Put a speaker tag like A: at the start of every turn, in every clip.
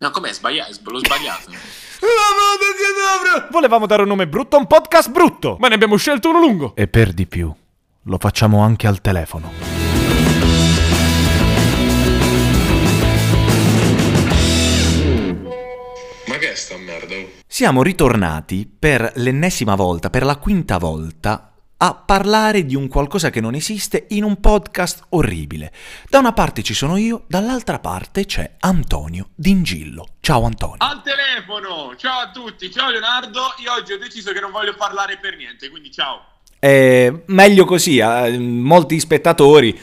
A: No, com'è? Sbaglia- l'ho sbagliato.
B: Volevamo dare un nome brutto a un podcast brutto.
C: Ma ne abbiamo scelto uno lungo.
B: E per di più, lo facciamo anche al telefono.
D: Ma che è sta merda? oh?
E: Siamo ritornati per l'ennesima volta, per la quinta volta, a parlare di un qualcosa che non esiste in un podcast orribile. Da una parte ci sono io, dall'altra parte c'è Antonio Dingillo. Ciao Antonio.
A: Al telefono! Ciao a tutti, ciao Leonardo. Io oggi ho deciso che non voglio parlare per niente, quindi ciao.
E: Eh, meglio così, eh, molti spettatori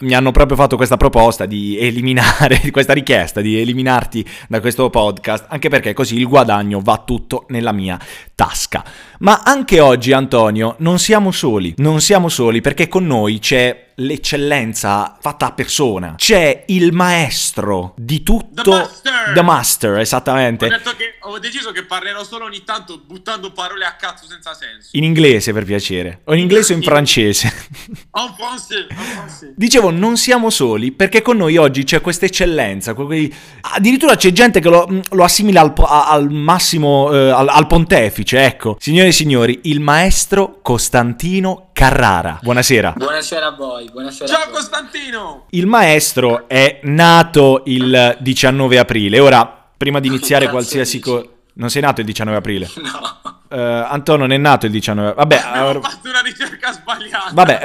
E: mi hanno proprio fatto questa proposta di eliminare, di questa richiesta di eliminarti da questo podcast, anche perché così il guadagno va tutto nella mia tasca. Ma anche oggi, Antonio, non siamo soli, non siamo soli perché con noi c'è l'eccellenza fatta a persona, c'è il maestro di tutto,
A: The master!
E: The master, esattamente,
A: Ho, detto che, ho deciso che parlerò solo ogni tanto buttando parole a cazzo senza senso.
E: in inglese per piacere, o in inglese o in
A: In-
E: francese.
A: En français, en français.
E: Dicevo, non siamo soli perché con noi oggi c'è questa eccellenza. que- quei- Addirittura c'è gente che lo, mh, lo assimila al, po- a- al massimo, eh, al, al pontefice. Ecco, signore e signori, il maestro Costantino Carrara. Buonasera.
F: Buonasera a voi, buonasera a
A: Ciao
F: voi.
A: Costantino!
E: Il maestro è nato il 19 aprile. Ora, prima di iniziare
F: Cazzo
E: qualsiasi
F: dici?
E: cosa. Non sei nato il 19 aprile.
F: No,
E: Eh, Antonio non è nato il 19. Vabbè,
A: Abbiamo
E: eh,
A: fatto una ricerca sbagliata.
E: vabbè.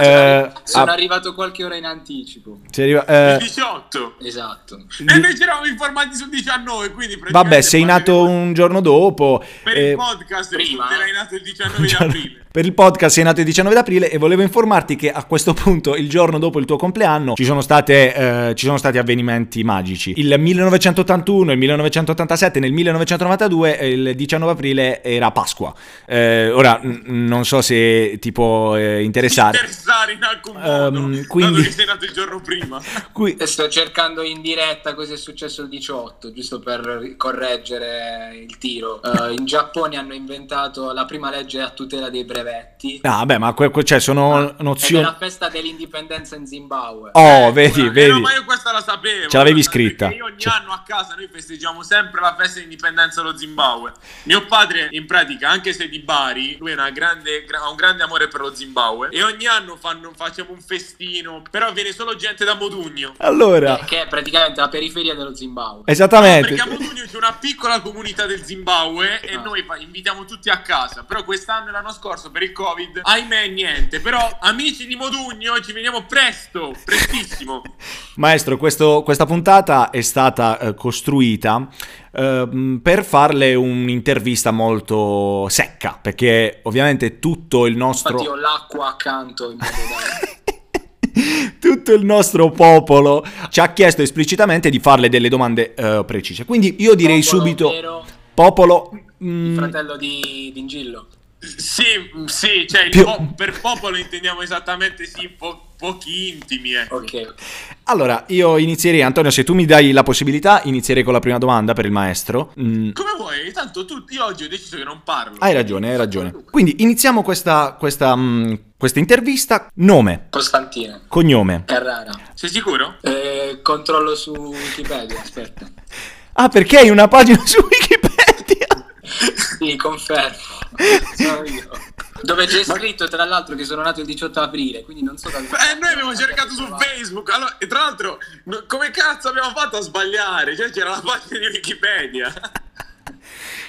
E: eh,
F: sono
E: ah,
F: arrivato qualche ora in anticipo.
E: si arriva- eh,
A: Il 18.
F: Esatto.
A: E noi ci eravamo informati sul 19, quindi praticamente
E: vabbè, sei nato
A: parleremo-
E: un giorno dopo.
A: Per
E: eh,
A: il podcast
F: prima,
A: prima,
F: eh.
A: erai nato il 19 di aprile.
E: Per il podcast sei nato il 19 d'aprile e volevo informarti che a questo punto, il giorno dopo il tuo compleanno, ci sono, state, eh, ci sono stati avvenimenti magici. Il 1981, il 1987, nel 1992 eh, il 19 aprile era Pasqua. Eh, ora n- non so se ti può eh, interessare.
A: Interessare in alcun modo,
E: Ehm,
A: dato
E: quindi-
A: che sei nato il giorno prima.
E: Qui-
F: E Sto cercando in diretta cosa è successo il 18, giusto per ri- correggere il tiro. Eh, in Giappone hanno inventato la prima legge a tutela dei brevetti.
E: Ah, beh, ma que- que- cioè, sono
F: Ed è
E: nozioni.
F: la festa dell'indipendenza in Zimbabwe.
E: Oh,
A: Ah, Eh,
E: vedi,
A: guarda, eh, no,
E: vedi.
A: ma io questa la sapevo.
E: Ce l'avevi
A: guarda,
E: scritta. Cioè-
A: perché Io ogni
E: Ce-
A: anno a casa noi festeggiamo sempre la festa di indipendenza dello Zimbabwe. Mio padre, in pratica, anche se di Bari, lui è una grande- gra- ha un grande amore per lo Zimbabwe. E ogni anno fanno- facciamo un festino. Però viene solo gente da Modugno.
E: Allora,
F: eh, Che è praticamente la periferia dello Zimbabwe.
E: esattamente.
A: Perché a Modugno c'è una piccola comunità del Zimbabwe e
F: Ah.
A: noi fa- invitiamo tutti a casa. Però quest'anno e l'anno scorso per il Covid, ahimè, niente. Però amici di Modugno, ci vediamo presto, prestissimo.
E: Maestro, questo- questa puntata è stata eh, costruita ehm, per farle un'intervista molto secca, perché ovviamente tutto il nostro...
F: Infatti ho l'acqua accanto in modo da...
E: Tutto il nostro popolo ci ha chiesto esplicitamente di farle delle domande eh, precise. Quindi io direi
F: Popolo,
E: subito,
F: ovvero
E: popolo...
F: Il
E: mm,
F: fratello di Dingillo.
A: Sì, sì, cioè il
E: Più-
A: po- per popolo intendiamo esattamente sì, po- pochi intimi, ecco.
F: Ok.
E: allora, io inizierei, Antonio, se tu mi dai la possibilità, inizierei con la prima domanda per il maestro. Mm,
A: Come vuoi, tanto tu, io oggi ho deciso che non parlo.
E: hai ragione, hai ragione. Quindi iniziamo questa, questa, mm, questa intervista. Nome,
F: Costantino.
E: cognome.
F: Carrara.
A: Sei sicuro?
F: Eh, controllo su Wikipedia, aspetta.
E: Ah, perché hai una pagina su Wikipedia?
F: Sì, confermo. Sono io. Dove c'è scritto tra l'altro che sono nato il 18 aprile, quindi non so da
A: Eh, noi abbiamo cercato su Facebook, allora, e tra l'altro, no- come cazzo abbiamo fatto a sbagliare? Cioè c'era la pagina di Wikipedia.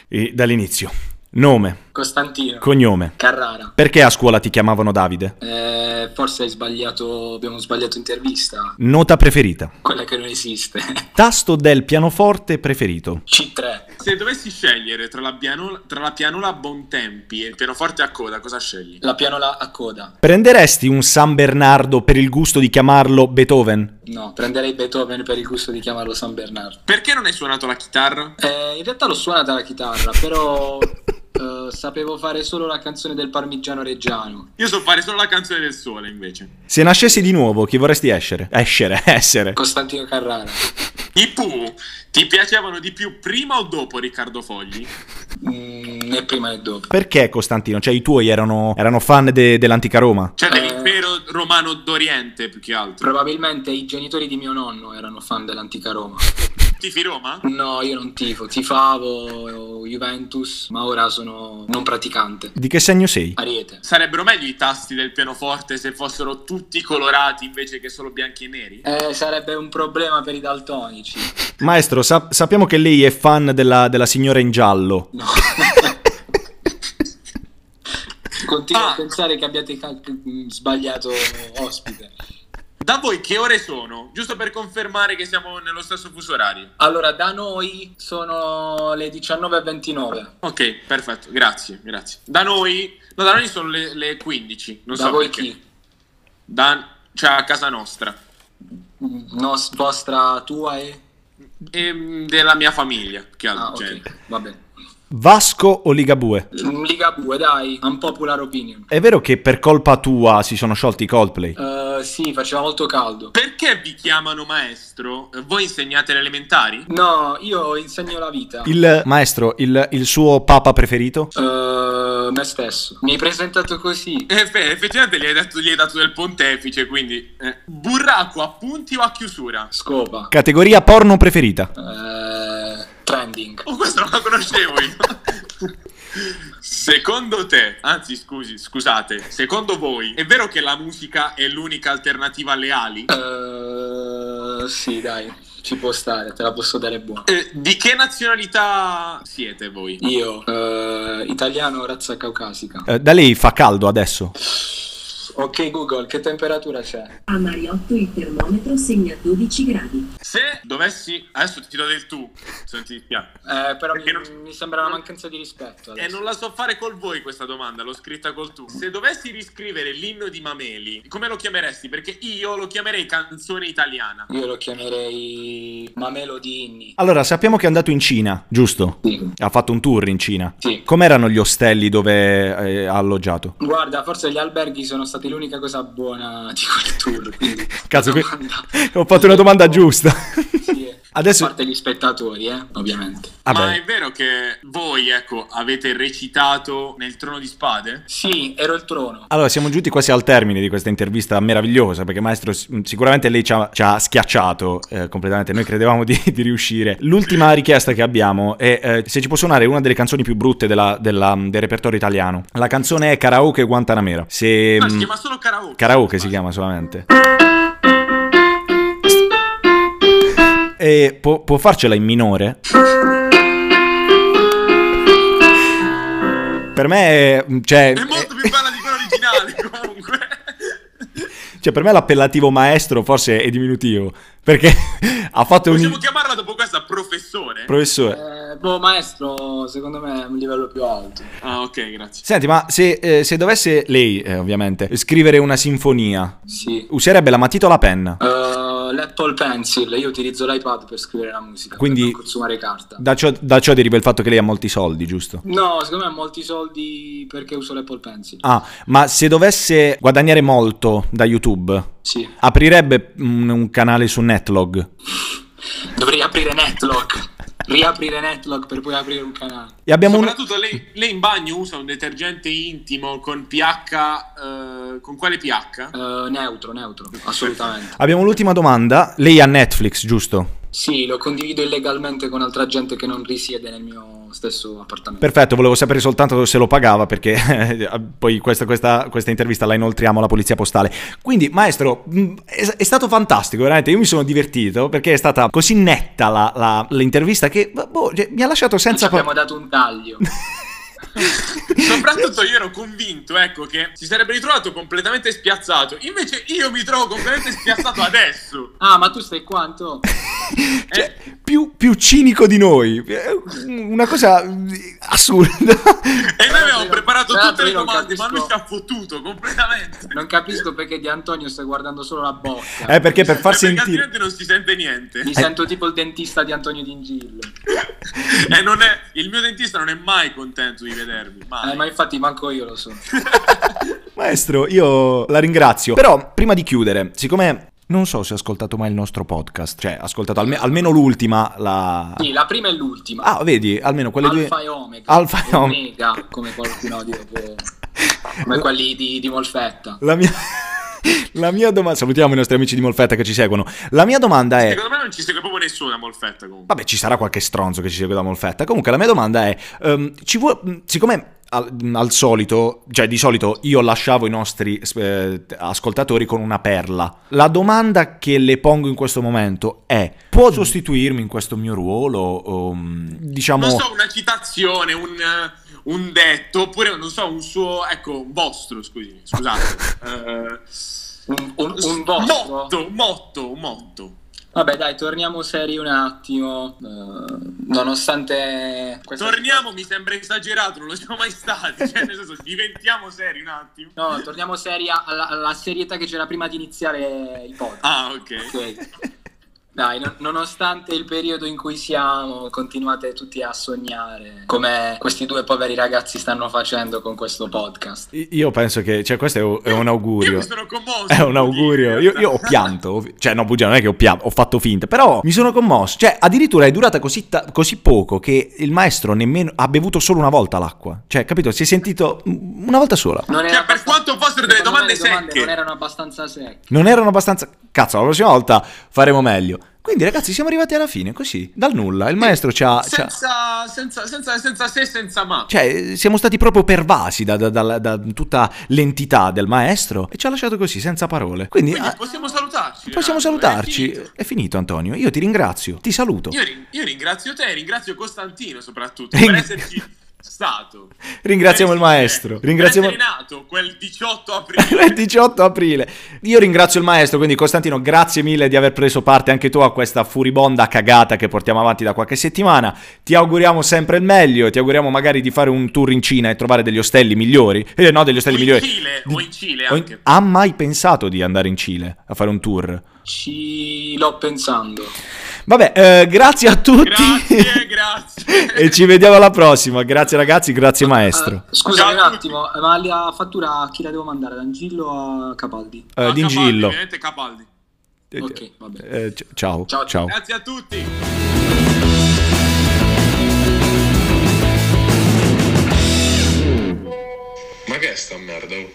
E: E dall'inizio. Nome,
F: Costantino
E: cognome.
F: Carrara.
E: Perché a scuola ti chiamavano Davide?
F: Eh, forse hai sbagliato, abbiamo sbagliato intervista,
E: Nota preferita.
F: quella che non esiste.
E: Tasto del pianoforte preferito.
F: C3.
A: Se dovessi scegliere tra la pianola, tra la pianola a Bontempi e il pianoforte a coda, cosa scegli?
F: La pianola a coda.
E: Prenderesti un San Bernardo per il gusto di chiamarlo Beethoven?
F: No, prenderei Beethoven per il gusto di chiamarlo San Bernardo.
A: Perché non hai suonato la chitarra?
F: Eh, in realtà l'ho suonata la chitarra, però eh, sapevo fare solo la canzone del parmigiano reggiano.
A: Io so fare solo la canzone del sole, invece.
E: Se nascessi di nuovo, chi vorresti essere? Escere, essere.
F: Costantino Carrara.
A: I Pooh ti piacevano di più prima o dopo Riccardo Fogli?
F: Mm, né prima né dopo.
E: Perché Costantino? Cioè i tuoi erano, erano fan de- dell'antica Roma?
A: Cioè,
F: Eh,
A: l'impero romano d'Oriente più che altro.
F: Probabilmente i genitori di mio nonno erano fan dell'antica Roma.
A: Tifi Roma?
F: No, io non tifo, tifavo eh, Juventus, ma ora sono non praticante.
E: Di che segno sei?
F: Ariete.
A: Sarebbero meglio i tasti del pianoforte se fossero tutti colorati invece che solo bianchi e neri?
F: Eh, sarebbe un problema per i daltonici.
E: Maestro, sa- sappiamo che lei è fan della, della signora in giallo.
F: No. Continuo
A: Ah.
F: a pensare che abbiate cal- mh, sbagliato ospite.
A: Da voi che ore sono? Giusto per confermare che siamo nello stesso fuso orario.
F: Allora, da noi sono le 19.29.
A: Ok, perfetto, grazie, grazie. Da noi, no, da noi sono le, le 15, non
F: da
A: so
F: voi
A: perché.
F: chi?
A: Da, cioè a casa nostra,
F: Mm, Nos- vostra, tua e...
A: Ehm, della mia famiglia, più che altro.
F: Ah,
A: cioè.
F: ok, va bene.
E: Vasco o Ligabue?
F: Mm, Liga 2, dai, un popular opinion.
E: È vero che per colpa tua si sono sciolti i Coldplay?
F: Eh, sì, faceva molto caldo.
A: Perché vi chiamano maestro? Voi insegnate le elementari?
F: No, io insegno la vita.
E: Il maestro, il, il suo papa preferito?
F: Eh, me stesso. Mi hai presentato così.
A: Eh, beh, effettivamente gli hai, detto- gli hai dato del pontefice, quindi... eh. Burraco a punti o a chiusura?
F: Scopa.
E: Categoria porno preferita?
F: Eh, trending.
A: Oh, questo non lo conoscevo io. Secondo te, anzi scusi, scusate, secondo voi è vero che la musica è l'unica alternativa alle ali?
F: Eh, sì, dai, ci può stare, te la posso dare buona.
A: Eh, di che nazionalità siete voi?
F: Io, eh, italiano, razza caucasica.
E: Eh, da lei fa caldo adesso?
F: Ok Google, che temperatura c'è?
C: A Mariotto il termometro segna 12 gradi.
A: Se dovessi... Adesso ti do del tu, se non ti dispiace.
F: Eh, però mi,
A: Perché Eh, non-
F: mi sembra una mancanza di rispetto.
A: E
F: adesso.
A: non la so fare col voi questa domanda, l'ho scritta col tu. Se dovessi riscrivere l'inno di Mameli, come lo chiameresti? Perché io lo chiamerei canzone italiana.
F: Io lo chiamerei Mamelo di Inni.
E: Allora, sappiamo che è andato in Cina, giusto?
F: Sì.
E: Ha fatto un tour in Cina.
F: Sì.
E: Com'erano gli ostelli dove eh, ha alloggiato?
F: Guarda, forse gli alberghi sono stati l'unica cosa buona di quel tour. quindi-
E: Cazzo, qui-
F: Domanda.
E: ho fatto una domanda giusta.
F: Sì, eh.
E: Adesso-
F: A parte gli spettatori, eh, ovviamente.
A: Ma
E: Vabbè,
A: è vero che voi, ecco, avete recitato nel Trono di Spade?
F: Sì, ero il trono.
E: allora siamo giunti quasi al termine di questa intervista meravigliosa, perché maestro s- sicuramente lei ci ha, ci ha schiacciato eh, completamente, noi credevamo di, di riuscire. L'ultima richiesta che abbiamo è eh, se ci può suonare una delle canzoni più brutte della- della- del repertorio italiano. La canzone è Karaoke Guantanamera. Se,
A: No, Ah, si
E: mm,
A: chiama solo karaoke.
E: Karaoke si chiama solamente. E può, può farcela in minore? Per me, è- cioè,
A: È molto più bella di quella originale, comunque.
E: cioè, per me l'appellativo maestro forse è diminutivo. Perché ha fatto
A: Possiamo
E: un.
A: chiamarla dopo questa professore?
E: Professore.
F: Eh, boh, maestro, secondo me è un livello più alto.
A: ah, ok, grazie.
E: Senti, ma se, eh, se dovesse lei, eh, ovviamente, scrivere una sinfonia,
F: Sì.
E: userebbe la matita o la penna?
F: Eh, L'Apple Pencil, io utilizzo l'iPad per scrivere la musica,
E: Quindi-
F: per non consumare carta.
E: Da ciò, da ciò deriva il fatto che lei ha molti soldi, giusto?
F: No, secondo me ho molti soldi perché uso l'Apple Pencil.
E: Ah, ma se dovesse guadagnare molto da YouTube,
F: Sì.
E: aprirebbe un, un canale su Netlog
F: Dovrei aprire Netlog. Riaprire Netlog per poi aprire un canale.
E: e abbiamo un...
A: Soprattutto lei, lei in bagno usa un detergente intimo con pH... eh, con quale pH?
F: Eh, neutro, neutro, assolutamente.
E: Abbiamo l'ultima domanda. Lei ha Netflix, giusto?
F: Sì, lo condivido illegalmente con altra gente che non risiede nel mio stesso appartamento.
E: Perfetto, volevo sapere soltanto se lo pagava perché eh, poi questa, questa- questa intervista la inoltriamo alla polizia postale. Quindi, maestro, mh, è, è stato fantastico, veramente. Io mi sono divertito perché è stata così netta la- la- l'intervista che boh, cioè, mi ha lasciato
F: Ci
E: senza... pa-
F: abbiamo dato un taglio.
A: Soprattutto io ero convinto, ecco, che si sarebbe ritrovato completamente spiazzato. Invece io mi trovo completamente spiazzato adesso.
F: ah, ma tu stai quanto?
E: Cioè, più, più cinico di noi. Eh, Una cosa eh, assurda.
A: E noi abbiamo
F: Io-
A: preparato
F: tra
A: tutte
F: l'altro
A: le
F: io non
A: domande, ma
F: capisco-
A: lui ci ha fottuto completamente.
F: Non capisco perché Di Antonio stai guardando solo la bocca.
E: Eh, perché per eh. far
A: Eh, perché
E: sentire.
A: altrimenti non si sente niente.
F: Mi sento tipo il dentista di Antonio D'Ingillo.
A: e non è, il mio dentista non è mai contento di vedermi. Mai.
F: Eh, ma infatti manco io lo so.
E: Ah. Maestro, io la ringrazio. Però, prima di chiudere, siccome. Non so se ha ascoltato mai il nostro podcast, cioè ha ascoltato alme- almeno l'ultima, la...
F: Sì, la prima e l'ultima.
E: Ah, vedi, almeno quelle due...
F: Alfa e Omega.
E: Alfa e Omega.
F: Omega, come qualcuno di come quelli di, di Molfetta.
E: La mia... La mia domanda. Salutiamo i nostri amici di Molfetta che ci seguono. La mia domanda è.
A: Secondo me non ci segue proprio nessuno a Molfetta comunque.
E: Vabbè, ci sarà qualche stronzo che ci segue da Molfetta. Comunque, la mia domanda è: ehm, ci vuo- mh, siccome al, mh, al solito, cioè di solito io lasciavo i nostri eh, ascoltatori con una perla, la domanda che le pongo in questo momento è: può sostituirmi in questo mio ruolo? O, mh, diciamo.
A: Non so, una citazione, un, eh, un detto, oppure non so, un suo, ecco, un vostro, scusi, scusate. Eh,
F: Un, un, un vostro.
A: Motto, un motto, un motto.
F: Vabbè, dai, torniamo seri un attimo. Eh, nonostante. questa-
A: Torniamo, mi sembra esagerato, non lo siamo mai stati. Cioè, nel senso, diventiamo seri un attimo.
F: No, torniamo seri a- alla, alla serietà che c'era prima di iniziare il podcast.
A: Ah, ok.
F: Ok. Dai, no- nonostante il periodo in cui siamo, continuate tutti a sognare come questi due poveri ragazzi stanno facendo con questo podcast.
E: I- Io penso che, cioè, questo è un, è un
A: Io
E: augurio.
A: mi sono commosso.
E: È un augurio. Io, io ho pianto. ov- Cioè, no, bugia, non è che ho pianto, ho fatto finta. Però mi sono commosso. Cioè, addirittura è durata così, ta- così poco che il maestro nemmeno ha bevuto solo una volta l'acqua. Cioè, capito? Si è sentito mm, una volta sola.
F: Non
A: Cioè, per
F: abbastanza-
A: quanto fossero delle
F: secondo me
A: domande
F: le
A: secche.
F: Non erano abbastanza secche.
E: Non erano abbastanza. Cazzo, la prossima volta faremo meglio. Quindi, ragazzi, siamo arrivati alla fine, così, dal nulla. Il maestro ci ha. ci ha-
A: Senza, senza, senza, senza se, senza ma.
E: Cioè, siamo stati proprio pervasi da, da- da- da tutta l'entità del maestro e ci ha lasciato così, senza parole. Quindi,
A: Quindi
E: ah,
A: possiamo salutarci.
E: possiamo
A: Renato, è
E: salutarci.
A: finito.
E: È finito, Antonio. Io ti ringrazio, ti saluto.
A: Io, ri- io ringrazio te, ringrazio Costantino soprattutto per
E: Esatto. Ring-
A: esserci stato.
E: Ringraziamo il
A: Per essere-
E: maestro. Ringraziamo
A: Per essere nato quel 18
E: il
A: aprile.
E: 18 aprile. Io ringrazio il maestro, quindi Costantino, grazie mille di aver preso parte anche tu a questa furibonda cagata che portiamo avanti da qualche settimana. Ti auguriamo sempre il meglio, ti auguriamo magari di fare un tour in Cina e trovare degli ostelli migliori. Eh no, degli
A: o
E: ostelli
A: in
E: migliori.
A: Cile, o in Cile
E: O in-
A: anche.
E: Ha mai pensato di andare in Cile a fare un tour?
F: Ci l'ho pensando.
E: Vabbè, eh, grazie a tutti.
A: Grazie, grazie.
E: e ci vediamo alla prossima. Grazie ragazzi, grazie maestro.
F: Eh, scusa un
A: Ciao a tutti.
F: attimo, ma la fattura a chi la devo mandare? Da Angillo a Capaldi?
E: Eh,
A: Ah, Capaldi,
E: D'Ingillo.
A: ovviamente Capaldi.
F: Ok, va bene.
E: Eh, c- ciao.
F: Ciao.
E: Ciao.
A: Grazie a tutti.
D: Ma che è sta merda? oh?